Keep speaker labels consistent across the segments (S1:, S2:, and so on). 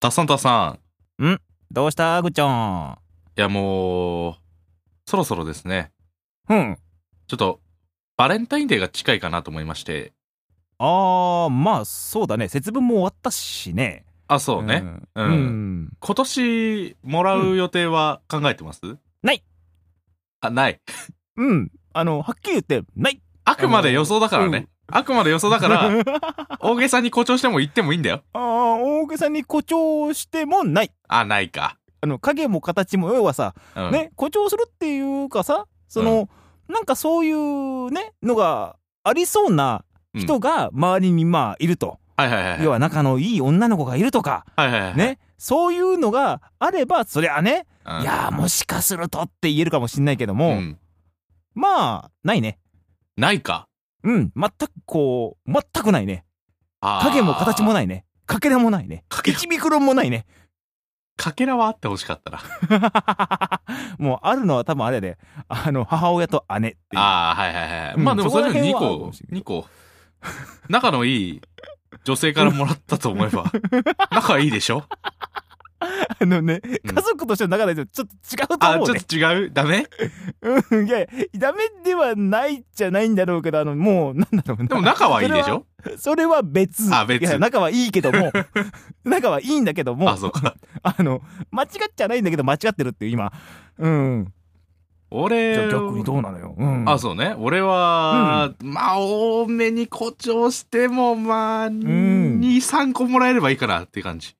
S1: タッサンタッサ
S2: どうしたぐちゃん。
S1: ン。いや、もう、そろそろですね。
S2: うん。
S1: ちょっと、バレンタインデーが近いかなと思いまして。
S2: あー、まあ、そうだね。節分も終わったしね。
S1: あ、そうね。
S2: う。
S1: うんん
S2: うん。
S1: 今年、もらう予定は考えてます、
S2: ない
S1: あ、ない。
S2: うん。あの、はっきり言って、ない。
S1: あくまで予想だからね。あくまで予想だ から、
S2: あ
S1: 大げさに誇張しても言ってもいいんだよ。
S2: ー、大げさに誇張してもない。
S1: あ、ないか。
S2: あの、影も形も、要はさ、
S1: うん、
S2: ね、誇張するっていうかさ、その、なんかそういうね、のがありそうな人が周りにまあいると。
S1: はいはいはいはい。
S2: 要は仲のいい女の子がいるとか、
S1: はいはいはい。
S2: ね、そういうのがあれば、そりゃね、
S1: うん。
S2: いやーもしかするとって言えるかもしんないけど
S1: う
S2: も、
S1: ん。
S2: まあ、ないね。
S1: ないか。
S2: うん、全くこう、全くないね。
S1: あー
S2: 影も形もないね。かけらもないね。
S1: かけら
S2: 1ミクロンもな いね。
S1: かけらはあってほしかったな。
S2: もうあるのは多分あれで、あの、母親と姉っていう。
S1: ああ、はいはいはい。
S2: うん
S1: まあでもそれでも2
S2: そこら辺はあるかも
S1: 個
S2: しれ、ない
S1: 2個。仲のいい女性からもらったと思え ば、仲いいでしょ
S2: あのね、
S1: うん
S2: 家族としての中でちょっと違うと
S1: あ、
S2: 思う
S1: ちょ
S2: ね
S1: っ。と違うダメ
S2: うん、いや、ダメではないじゃないんだろうけど、あの、もう、なんだろうな。
S1: でも仲はいいでしょ
S2: それは別。
S1: あ別
S2: いや、仲はいいけど も、仲はいいんだけども、
S1: あ、そうか。
S2: あの、間違っちゃないんだけど、間違ってるっていう、今。うん。じゃ
S1: 俺
S2: あ、逆にどうなのよ。うん。
S1: あ、そうね。俺は、まあ、多めに誇張しても、まあ、
S2: ん
S1: 2、3個もらえればいいかなっていう感じ。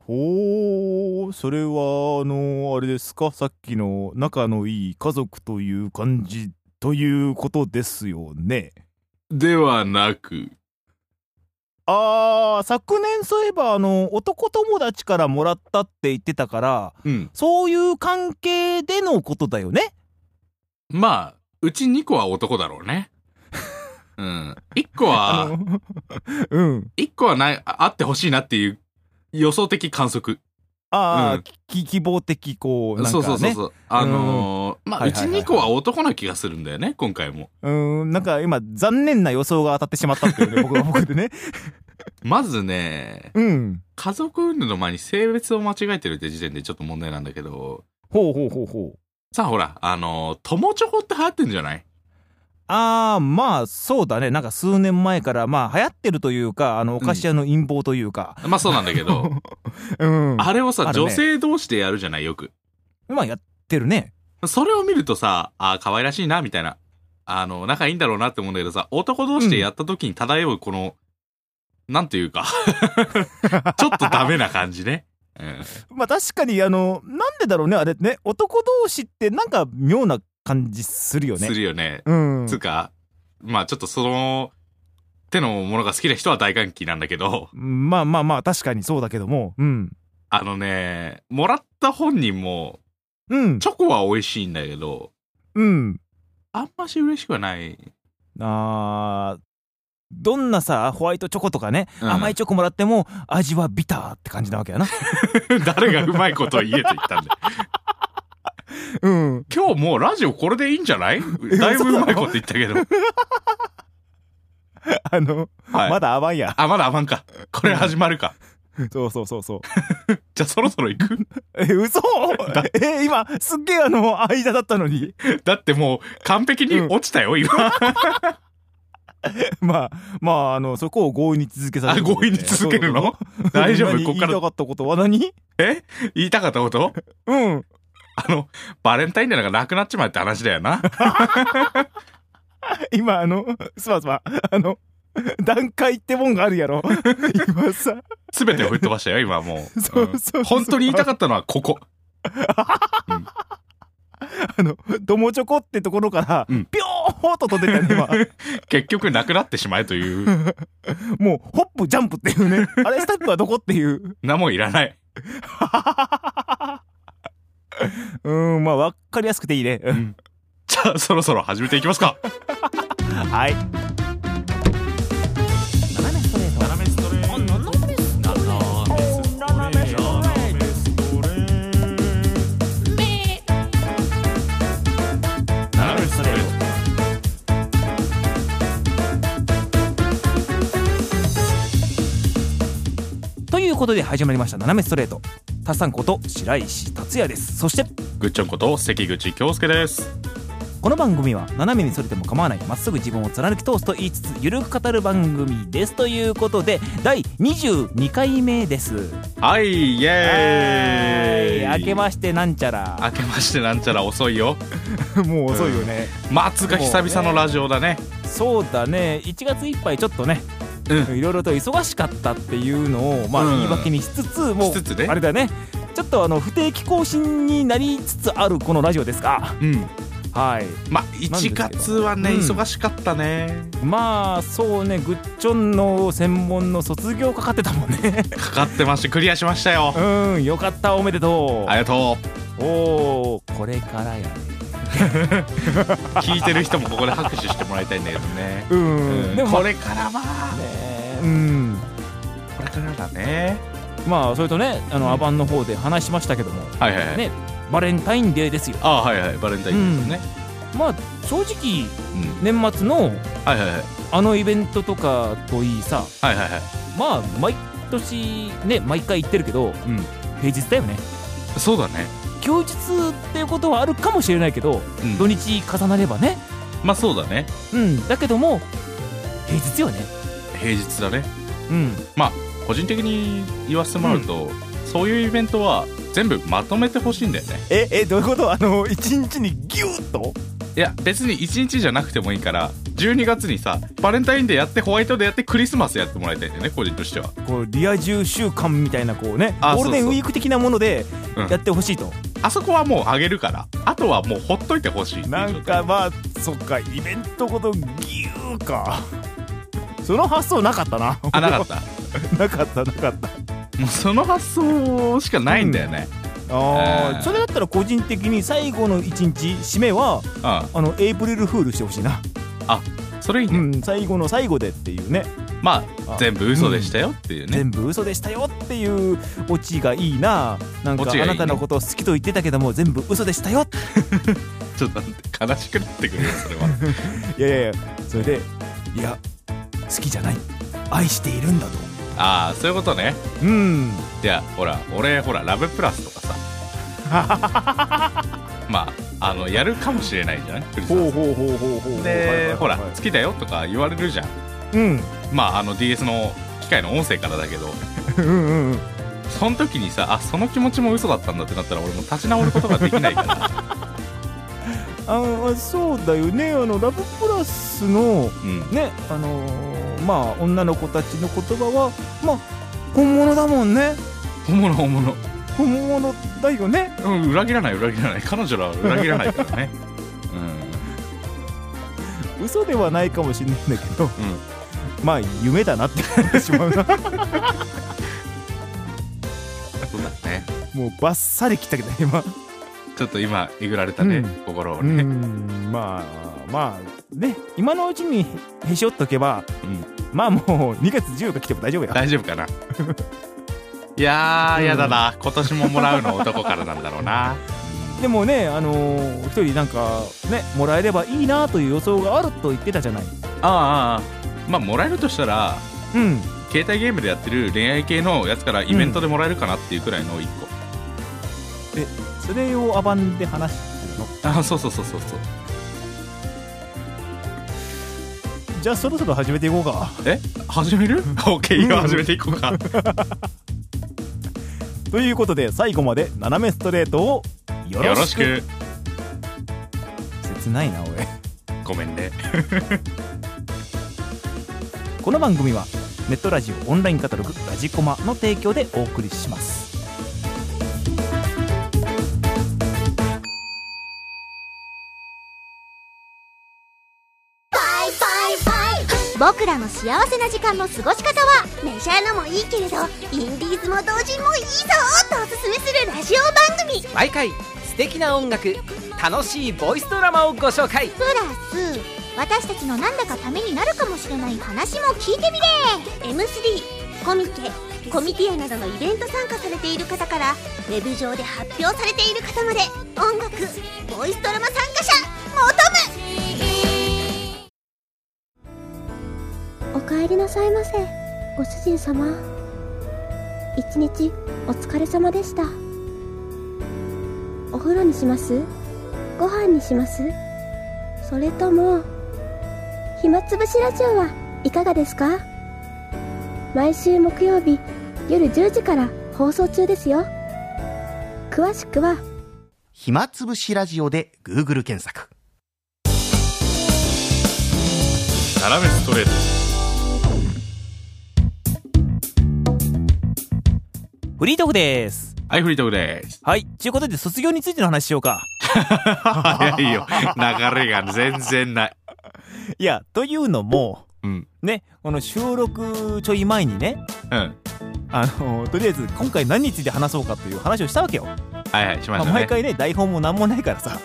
S2: ほー、それは、あの、あれですか、さっきの仲のいい家族という感じ、ということですよね。
S1: ではなく、
S2: あー、昨年そういえば、あの、男友達からもらったって言ってたから、
S1: うん。
S2: そういう関係でのことだよね。
S1: まあ、うち2個は男だろう ね。うん。1個は、
S2: の、 うん。
S1: 一個はない、ああってほしいなっていう予想的観測。
S2: ああ、
S1: うん
S2: き希望的、こう、なんか
S1: そ
S2: ね。
S1: うそうそうそう。あのーまあ、
S2: はいうはい
S1: ち
S2: はいはい
S1: 2個は男な気がするんだよね、今回も。
S2: うーん、なんか今、残念な予想が当たってしまったっていうね、 僕は僕でね。
S1: まずね、
S2: うん。
S1: 家族運動の前に性別を間違えてるって時点でちょっと問題なんだけど、
S2: ほうほうほうほう。
S1: さあほら、あのー友チョコって流行ってんじゃない
S2: ああ、まあ、そうだね。なんか数年前から、まあ、流行ってるというか、あの、お菓子屋の陰謀というか。
S1: まあそうなんだけ ど、
S2: うん。
S1: あれを
S2: あ
S1: さ、
S2: るね
S1: 女性同士でやるじゃない、よく。
S2: まあ、やってるね。
S1: それを見るとさ、ああ、可愛らしいな、みたいな。あの、仲いいんだろうなって思うんだけどさ、男同士でやった時に漂うこの、なんていうか、 ちょっとダメな感じね。うん。
S2: まあ、確かに、あの、なんでだろうね、あれね。男同士って、なんか妙な感じするよね。
S1: するよね。
S2: うん。
S1: つうか、まあちょっとその、手のものが好きな人は大歓喜なんだけど、
S2: まあまあまあ、確かにそうだけども。うん。
S1: あのね、もらった本人も、
S2: うん。
S1: チョコは美味しいんだけど、
S2: うん。
S1: あんまし嬉しくはない。
S2: あーどんなさ、ホワイトチョコとかね、
S1: うん
S2: 甘いチョコもらっても、味はビターって感じなわけやな。
S1: 誰がうまいことを言えと言ったんだよ。
S2: うん。
S1: 今日もうラジオこれでいいんじゃないだいぶうまいこと言ったけど。
S2: あの、
S1: はい
S2: まだ甘いや。
S1: あ、まだ甘んか。これ始まるか。
S2: そうそうそうそう。
S1: じゃあそろそろ行く
S2: え、嘘え、今、すっげえあの、間だったのに。
S1: だってもう完璧に落ちたよ、今。
S2: まあ、まあ、あの、そこを強引に続けさせて
S1: あ強引に続けるの
S2: そうそうそう
S1: 大丈夫
S2: 今に
S1: こっから
S2: 言いたかったことは何
S1: 言いたかったこと
S2: うん。
S1: あの、バレンタインデーなんかなくなっちまえって話だよな。
S2: 今、あの、すまんすまん。あの、段階ってもんがあるや ろ。今さ、
S1: すべてを吹っ飛ばしたよ、今もう。
S2: そう
S1: う
S2: そうんそう
S1: 本当に言いたかったのはここ。
S2: あの、友チョコってところから、
S1: うん
S2: ぴょーっと飛んでった ね、今。
S1: 結局なくなってしまえという。
S2: もう、ホップ、ジャンプっていうね。あれ、スタップはどこっていう。
S1: なもんいらない。
S2: うん、まあ、わかりやすくていいね。うん
S1: じゃあそろそろ始めていきますか。
S2: はい。ということで始まりました「斜めストレート」たさんこと白石達也ですそして
S1: ぐっちょんこと関口京介です
S2: この番組は斜めにそれても構わないまっすぐ自分を貫き通すと言いつつゆるく語る番組ですということで第22回目です
S1: はいイエーイ
S2: はい明けましてなんちゃら
S1: 明けましてなんちゃら遅いよ
S3: もう遅いよね、
S1: 松が久々のラジオだね
S2: そうだね1月いっぱいちょっとね
S1: う
S2: いろいろと忙しかったっていうのをまあ
S1: うん
S2: 言い訳にしつつもう
S1: しつつね
S2: あれだねちょっとあの不定期更新になりつつあるこのラジオですが
S1: うん
S2: はい
S1: まあ1月はね
S2: なんですけど
S1: 忙しかったね
S2: まあそうねグッチョンの専門の卒業かかってたも んね
S1: かかってましてクリアしましたよ
S2: うんよかったおめでと
S1: ありがと
S2: うおおこれからや
S1: う聞いてる人もここで拍手してもらいたいんだけどね
S2: うん、
S1: うん
S2: でもま
S1: こ
S2: あね
S1: れからは
S2: うん
S1: これからだね
S2: まあそれとねあ
S1: うん
S2: のアバンの方で話しましたけども、
S1: はいはいはい
S2: ねバレンタインデーですよ
S1: あはいはいバレンタインですね
S2: まあ正直
S1: うん
S2: 年末の
S1: はいはいはい
S2: あのイベントとかといいさ
S1: はいはいはい
S2: まあ毎年ね毎回行ってるけど、
S1: ん
S2: 平日だよね
S1: そうだね
S2: 休日っていうことはあるかもしれないけど
S1: うん
S2: 土日重なればね
S1: まあそうだね
S2: うんだけども平日よね
S1: 平日だね
S2: うん
S1: 個人的に言わせてもらうとそういうイベントは全部まとめてほしいんだよね
S3: ええどういうことあの一日にギュッと
S1: いや別に1日じゃなくてもいいから12月にさバレンタインデーやってホワイトデーやってクリスマスやってもらいたいんだよね個人としては
S3: こうリア充週間みたいなこうね
S1: あ
S3: ゴールデン
S1: そう
S3: ウ
S1: そう
S3: ィーク的なもので
S1: うん
S3: やってほしいと、
S1: あそこはもうあげるからあとはもうほっといてほしいっていう状
S3: な
S1: 態
S3: んかまあそっかイベントごとギューかその発想なかったな
S1: あなかったた
S3: なかったなかった
S1: もうその発想しかないんだよね
S3: あー
S1: えー
S3: それだったら個人的に最後の一日締めは
S1: うん
S3: あのエイプリルフールしてほしいな、
S1: それいいうね、
S3: ん、最後の最後でっていうね
S1: まあ
S3: あ
S1: 全部嘘でしたよっていうね、
S3: 全部嘘でしたよっていうオチがいいななん
S1: オ
S3: か
S1: チがいい
S3: あ
S1: ね
S3: なたのことを好きと言ってたけども全部嘘でしたよって
S1: ちょっと待って悲しくなってくるよそれは
S3: いやいやいやそれでいや好きじゃない愛しているんだと
S1: ああそういうことね
S3: うん
S1: いやほら俺ほらラブプラスと かさまああのやるかもしれないじゃないクリスマ
S3: ほう
S1: ス
S3: ほうほうほうほう
S1: でほら
S3: はいはい
S1: 好きだよとか言われるじゃん
S3: うん
S1: まああの DS の機械の音声からだけど
S3: うんうんうん
S1: その時にさあその気持ちも嘘だったんだってなったら俺もう立ち直ることができないから
S3: あのそうだよねあのラブプラスの
S1: うん
S3: ねあのーまあ女の子たちの言葉はまあ本物だもんね
S1: 本物本物
S3: 本物だよね
S1: うん、裏切らない裏切らない彼女らは裏切らないか らね
S3: 嘘ではないかもしれないんだけど
S1: うん、うん、
S3: まあ夢だなって思ってしまう な
S1: そうだね
S3: もうバッサリ切ったけど今
S1: ちょっと今えぐられた
S3: う
S1: ね、
S3: ん
S1: 心を
S3: う
S1: ね、
S3: んまあまあね今のうちにへし折っとけば、
S1: うん
S3: まあもう2月10日来ても大丈夫や
S1: 大丈夫かないやー、
S3: うん
S1: やだな今年ももらうの男からなんだろうな
S3: でもねあのー一人なんかねもらえればいいなという予想があると言ってたじゃない
S1: ああああまあもらえるとしたら
S3: うん
S1: 携帯ゲームでやってる恋愛系のやつからイベントでもらえるかなっていうくらいの1個、
S3: それをアバンで話してるの
S1: ああそうそうそうそうそう
S3: じゃあそろそろ始めていこう か
S1: え始 める ?OK 今始めていこうか
S3: ということで最後まで斜めストレートをよ
S1: よ
S3: ろ
S1: ろ
S3: し
S1: し
S3: く
S1: く
S3: 切ないなおい
S1: ごめんね
S2: この番組はネットラジオオンラインカタログ「ラジコマ」の提供でお送りします
S4: 僕らの幸せな時間の過ごし方はメジャーのもいいけれどインディーズも同人もいいぞとおすすめするラジオ番組プ
S5: 毎回素敵な音楽楽しいボイスドラマをご紹介
S4: ラス私たちのなんだかためになるかもしれない話も聞いてみれ M3 コミケコミティアなどのイベント参加されている方からウェブ上で発表されている方まで音楽ボイスドラマ参加者求むおかえりなさいませご主人様
S6: 一日お疲れ様でしたお風呂にしますご飯にしますそれとも暇つぶしラジオはいかがですか毎週木曜日夜10時から放送中ですよ詳しくは
S7: 暇つぶしラジオで Google 検索。
S1: 斜めストレート
S2: フリートークです
S1: はいフリートーク です
S2: はいということで卒業についての話しようか
S1: 早いよ流れが全然ない
S2: いやというのも
S1: うん
S2: ねこの収録ちょい前にね
S1: うん
S2: あのとりあえず今回何について話そうかという話をしたわけよ、
S1: はいはいしま
S2: ま
S1: した
S2: あ
S1: ね
S2: 毎回ね台本も何もないからさ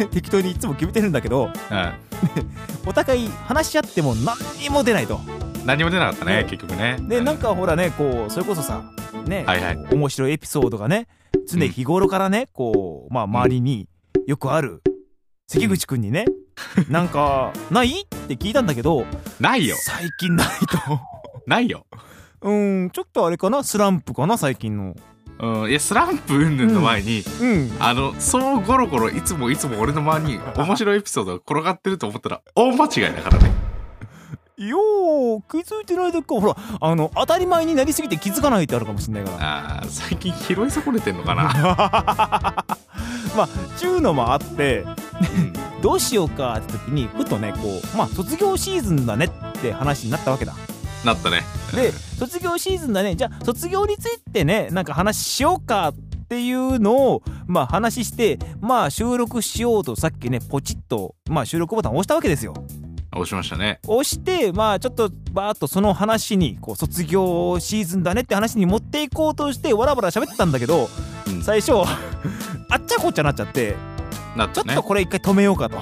S1: う
S2: 適当にいつも決めてるんだけど
S1: ん、
S2: お互い話し合っても何にも出ないと
S1: うん、何も出なかったね
S2: ね
S1: 結局ね
S2: でなんかほらねこうそれこそさね、
S1: はいはい
S2: こう面白いエピソードがね常日頃からね、こうまあ周りによくある関口くんにね、なんかないって聞いたんだけど
S1: ないよ
S2: 最近ないと
S1: ないよ
S2: うんちょっとあれかなスランプかな最近の
S1: うんいやスランプ云々の前に、
S2: うん
S1: あのそうゴロゴロいつもいつも俺の周りに面白いエピソードが転がってると思ったら大間違いだからね
S2: よう気づいてないだけかほらあの当たり前になりすぎて気づかないってあるかもしんない から
S1: あー最近拾い損ねてんのか な
S2: まあちゅうのもあってどうしようかって時にふとねこうまあ卒業シーズンだねって話になったわけだ
S1: なったね
S2: で卒業シーズンだねじゃあ卒業についてねなんか話しようかっていうのをまあ話してまあ収録しようとさっきねポチッとまあ収録ボタンを押したわけですよ
S1: 押しましたね
S2: 押してまあちょっとバーッとその話にこう卒業シーズンだねって話に持っていこうとしてわらわら喋ってたんだけ
S1: う
S2: ど、
S1: ん
S2: 最初 あっちゃこっちゃなっちゃって
S1: なっ
S2: ち
S1: た
S2: ょっ
S1: ね
S2: とこれ一回止めようかと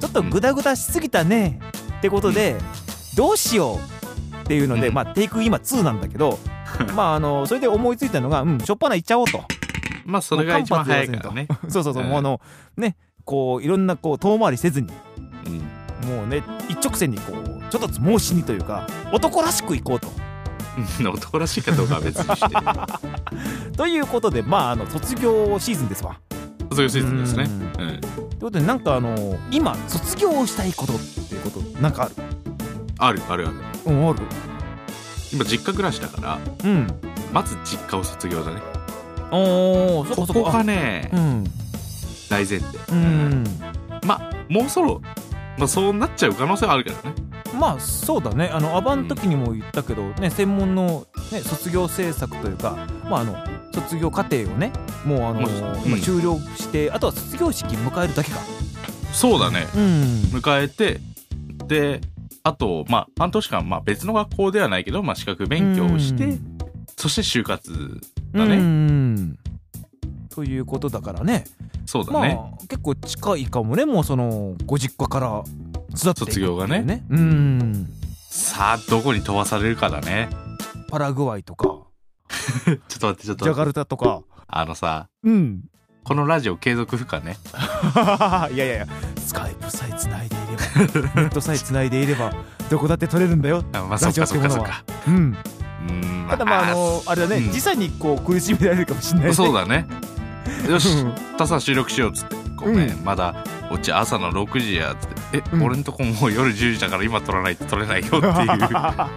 S2: ちょっとグダグダしすぎたね、ってことで、どうしようっていうので、
S1: うん
S2: まあテイク今2なんだ けどまああのそれで思いついたのがうんしょっぱな行っちゃおうと
S1: まあそれが一番早いからね、
S2: そうそうそう、
S1: うん
S2: もうあのねこういろんなこう遠回りせずに
S1: うん
S2: もうね一直線にこうちょっと申しにというか男らしく行こうと。
S1: うん、 男らしいかどうかは別にして
S2: ということでまああの卒業シーズンですわ。
S1: そういうシーズンですね
S2: うん
S1: うん
S2: ということでなんかあの今卒業をしたいことっていうことなんかある
S1: あるあるある
S2: うんある
S1: 今実家暮らしだから
S2: うん
S1: まず実家を卒業だね
S2: おーそ
S1: こ
S2: こそこ
S1: こがね
S2: あうん
S1: 大前提
S2: うん
S1: まあもうそろ、まあ、そうなっちゃう可能性はあるけどね
S2: まあそうだねあのアバン時にも言ったけどね専門のね卒業制作というかまああの卒業課程をねもうあの
S1: もううん
S2: 今終了してあとは卒業式迎えるだけか
S1: そうだね
S2: うん
S1: 迎えてであとまあ半年間、まあ、別の学校ではないけど、まあ、資格勉強をして、
S2: うん
S1: そして就活だね
S2: うんということだからね
S1: そうだ
S2: ま
S1: ね、
S2: あ結構近いかもねもうそのご実家から巣立っていくって
S1: 卒業がね
S2: いううん
S1: さあどこに飛ばされるかだね
S2: パラグアイとか
S1: ちょっと待ってちょっと
S3: ジャ
S1: 待
S3: ガ
S1: って
S3: ルタとか
S1: あのさ
S2: うん
S1: このラジオ継続不可ね
S2: いやいやいやスカイプさえつないでい ればネットさえつないでいればどこだって取れるんだよ
S1: あまあそっかそっかそっか
S2: うん
S1: うん
S2: ただまああのあれだね、
S1: うん
S2: 時差にこう苦しめられるかもしれない、ね、
S1: そうだねよし
S2: うん
S1: 明日さ収録しようっつってごめん、まだこっち朝の6時やっつってえ、
S2: うん
S1: 俺んとこもう夜10時だから今撮らないと撮れないよって いうま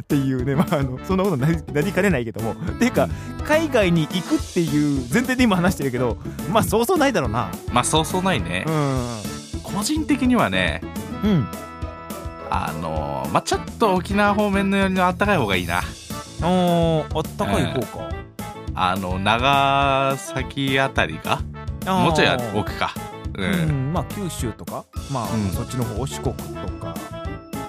S2: っていうねまああのそんなことなり なりかねないけどもっていうか海外に行くっていう前提で今話してるけどまあそうそうないだろうな
S1: あそうそうないね、
S2: うん
S1: 個人的にはね
S2: うん
S1: あのーまあちょっと沖縄方面のよりのあったかい方がいいな
S2: おーあったかい方か、
S1: あの長崎あたりか
S2: あー
S1: もうちょい奥かうん、
S2: うん、まあ九州とかまあ、
S1: うん
S2: そっちの方四国とか、ま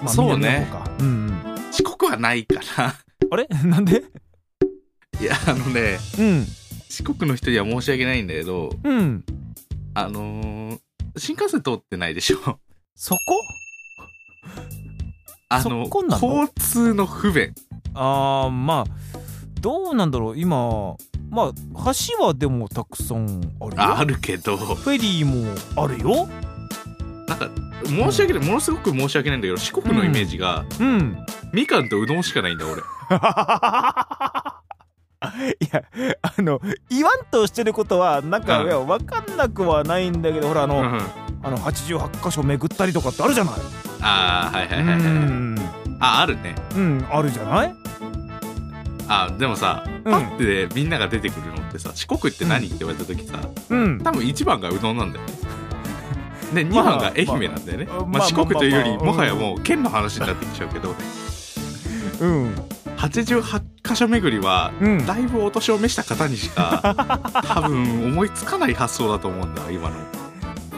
S2: あ、
S1: そうね
S2: 南の方か、うんうん、
S1: 四国はないかな
S2: あれ なんで
S1: いやあのね
S2: うん
S1: 四国の人には申し訳ないんだけど
S2: うん
S1: あのー新幹線通ってないでしょ
S2: そこ
S1: あの
S2: そこなの
S1: 交通の不便
S2: あーまあどうなんだろう今まあ橋はでもたくさんあるよ
S1: あるけど
S2: フェリーもあるよ
S1: なんか申し訳ないものすごく申し訳ないんだけど四国のイメージが、
S2: うん
S1: みかんとうどんしかないんだ俺
S2: いやあの言わんとしてることはなんか、
S1: うん
S2: いや分かんなくはないんだけどほらあの、
S1: うん
S2: あの88箇所巡ったりとかってあるじゃない
S1: ああはいは
S2: う
S1: いはいはい、
S2: ん
S1: ああるね
S2: うんあるじゃない
S1: あでもさ
S2: う
S1: パ
S2: ん
S1: ッてみんなが出てくるのってさ四国って何って言われた時さ
S2: うん
S1: 多分1番がうどんなん だよねで2番が愛媛なんだよね、
S2: まあ
S1: ま
S2: ま
S1: あ
S2: あ
S1: 四国というより
S2: まあまあ
S1: もはやもう県の話になってきちゃうけど
S2: うん
S1: 88箇所巡りは
S2: うん
S1: だいぶお年を召した方にしか 多分思いつかない発想だと思うんだ今の、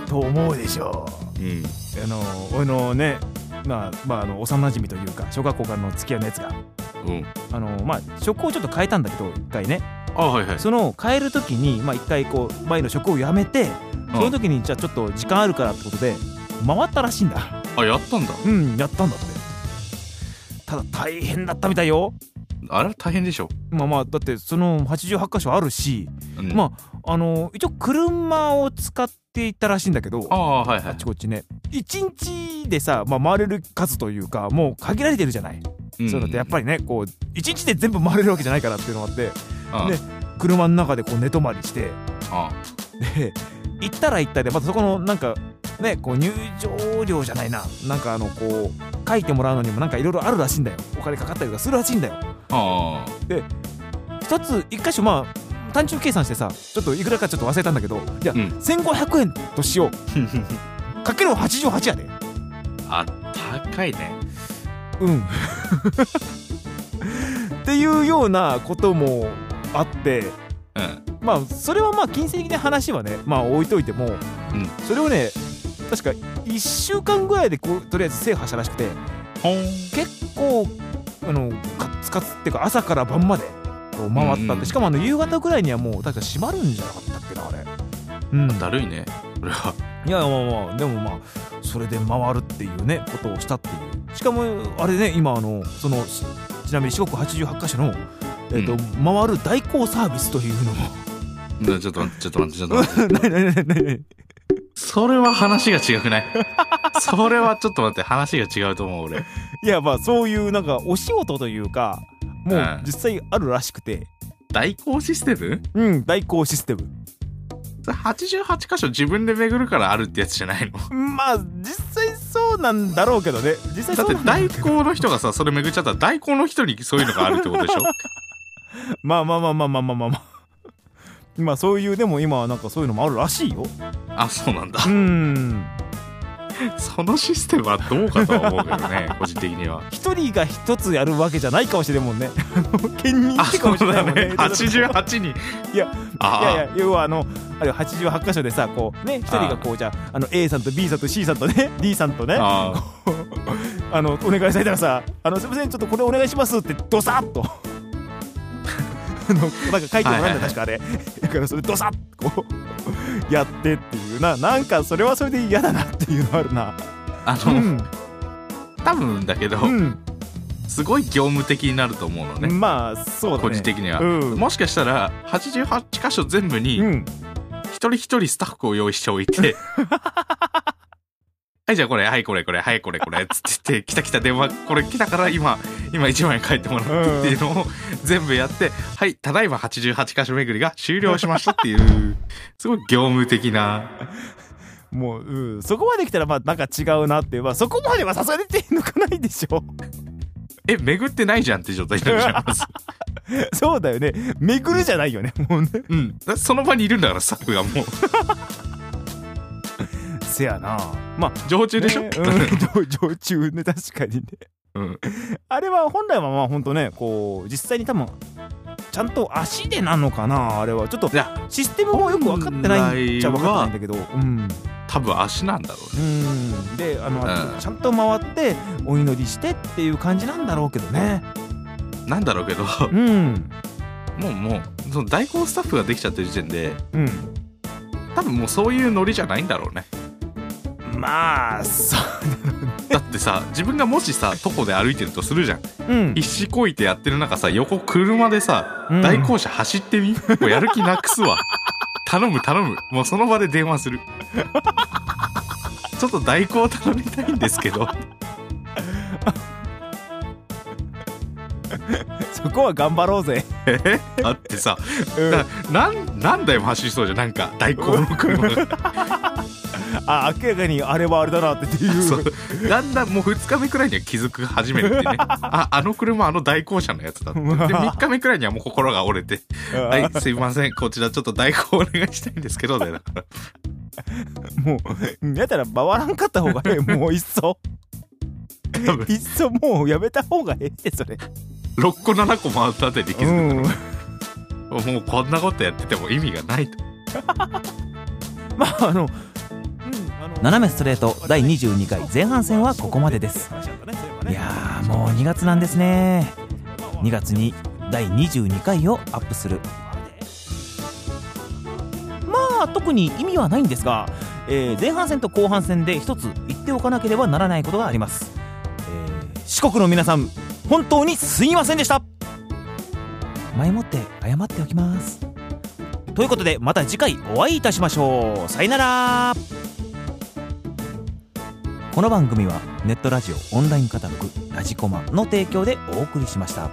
S2: と思うでしょ
S1: うん、
S2: うあの俺のねまあまああの幼馴染というか小学校からの付き合いのやつが
S1: うん。
S2: あのまあ職をちょっと変えたんだけど一回ね
S1: あはいはい。
S2: その変える時にまあ一回こう前の職を辞めてその時にじゃあちょっと時間あるからってことで回ったらしいんだ
S1: あ、やったんだ。
S2: うんやったんだってただ大変だったみたいよ
S1: あれは大変でしょ。
S2: まあまあだってその88箇所あるし
S1: うん
S2: まああの一応車を使っていったらしいんだけど
S1: ああ、はいは
S2: あ
S1: い
S2: っち。こっちね一日でさ、まあ、回れる数というかもう限られてるじゃない、
S1: うん
S2: そうだってやっぱりねこう一日で全部回れるわけじゃないからっていうのがあって
S1: あ
S2: ね車の中でこう寝泊まりして
S1: あ
S2: で行ったら行ったでまたそこのなんかねこう入場料じゃないななんかあのこう書いてもらうのにもなんかいろいろあるらしいんだよお金かかったりとかするらしいんだよ
S1: ああ。
S2: 一つ一箇所まあ単純計算してさちょっといくらかちょっと忘れたんだけどじゃあ、
S1: うん
S2: 1500円としよ うかける88やで
S1: あ、高いね。
S2: うん。 っていうようなこともあって
S1: うん。
S2: まあそれはまあ金銭的な話はねまあ置いといても、
S1: ん
S2: それをね確か1週間ぐらいでこうとりあえず制覇したらしくて
S1: ほん。
S2: 結構あのカツカツっていうか朝から晩までこう回ったんで、
S1: うん
S2: しかもあの夕方ぐらいにはもう確か閉まるんじゃなかったっけなあれ。うん、
S1: だるいね。これは。
S2: いやまあまあでもまあそれで回るっていうねことをしたっていうしかもあれね今あのそのしちなみに四国88カ所の、えーと
S1: う
S2: 回る代行サービスというのも
S1: なちょっと待って、ちょっと待って、ちょっと待って。
S2: 何何何何
S1: それは話が違く ないそれはちょっと待って、話が違うと思う、俺。
S2: いやまあそういうなんかお仕事というかも
S1: う
S2: うん実際あるらしくて
S1: 代行システム
S2: うん代行システム
S1: ?88 箇所自分で巡るからあるってやつじゃ ないの
S2: まあ実際そうなんだろうけどね実際
S1: だっ
S2: そ
S1: て
S2: うなんだ
S1: 代行の人がさ、それ巡っちゃったら代行の人にそういうのがあるってこと でしょ
S2: まあまあまあまあまあまあまあまあ まあそういうでも今はなんかそういうのもあるらしいよ
S1: あ、そうなんだ
S2: う。ん
S1: そのシステムはどうかとは思うけどね、個人的 には。
S2: 一人が一つやるわけじゃないかもしれんもんね。 兼任
S1: あ、
S2: ってか
S1: そ
S2: もしれ
S1: う
S2: ない
S1: だ
S2: もんね
S1: ね。。八十八人。
S2: いや、いやい
S1: あ
S2: や要はあのあれ八十八箇所でさこうね一人がこうじゃああの A さんと B さんと C さんとね D さんとね
S1: あ。
S2: あ
S1: ああ。
S2: のお願いされたらさあのすみませんちょっとこれお願いしますってドサッと。 あのなんか書いてもらうんだよ確かあれだからそれド サッこうやってっていうななんかそれはそれで嫌だなっていうのあるな
S1: あ
S2: う
S1: の、
S2: ん
S1: 多分だけど、
S2: う
S1: すごい業務的になると思うのね。
S2: んまあそうだね
S1: 個人的には、
S2: うん
S1: もしかしたら88箇所全部
S2: う
S1: に
S2: ん
S1: 一人一人スタッフを用意しておい て、はいじゃあこれはいこれこれはいこれこれっつって言って来た来た電話これ来たから今今1万円返ってもらってっていうのを全部やってはいただいま88箇所巡りが終了しましたって いうすごい業務的な
S2: もう、うん、そこまで来たらまあなんか違うなって、まあ、そこまではさすがに手抜かないでしょ
S1: え巡ってないじゃんって状態になっちゃいます
S2: そうだよねめくるじゃないよねもうね
S1: うん、その場にいるんだからスタッフがもう
S2: せやなまあ
S1: 常駐でしょ、
S2: ね うん 常駐ね確かにね、
S1: うん
S2: あれは本来はまあほんとねこう実際に多分ちゃんと足でなのかなあれはちょっと
S1: いや
S2: システムもよく分かってないんじゃ分
S1: 本来
S2: か
S1: は
S2: ってないんだけどうん
S1: 多分足なんだろうね
S2: うんであの、
S1: うん
S2: ちゃんと回ってお祈りしてっていう感じなんだろうけどね
S1: なんだろうけど
S2: うん
S1: もうもうその代行スタッフができちゃってる時点で
S2: うん
S1: 多分もうそういうノリじゃないんだろうね
S2: まあそう
S1: だってさ自分がもしさ徒歩で歩いてるとするじゃん
S2: うん
S1: 必死こいてやってる中さ横車でさ
S2: うん
S1: 代行車走ってみ、もうやる 気なくすわ頼む頼むもうその場で電話するちょっと代行頼みたいんですけ ど
S2: そこは頑張ろうぜ
S1: だってさ、ななん何台も走りそうじゃんなんか代行の車が
S3: あ明らかにあれはあれだなっていう
S1: そうだんだんもう2日目くらいには気づく始める ってねああの車あの代行車のやつだってで3日目くらいにはもう心が折れて「はいすいませんこちらちょっと代行お願いしたいんですけど」だよだから
S3: もうやったら回らんかった方がええもういっそ
S1: 多分
S3: いっそもうやめた方がええってそれ
S1: 6個7個回った後で気づく、
S3: うん
S1: もうこんなことやってても意味がないと
S3: まああの
S2: 斜めストレート第22回前半戦はここまでですいやーもう2月なんですね2月に第22回をアップするまあ特に意味はないんですが、えー前半戦と後半戦で一つ言っておかなければならないことがあります、えー四国の皆さん本当にすいませんでした前もって謝っておきますということでまた次回お会いいたしましょうさよならこの番組はネットラジオオンラインカタログ「ラジコマ」の提供でお送りしました。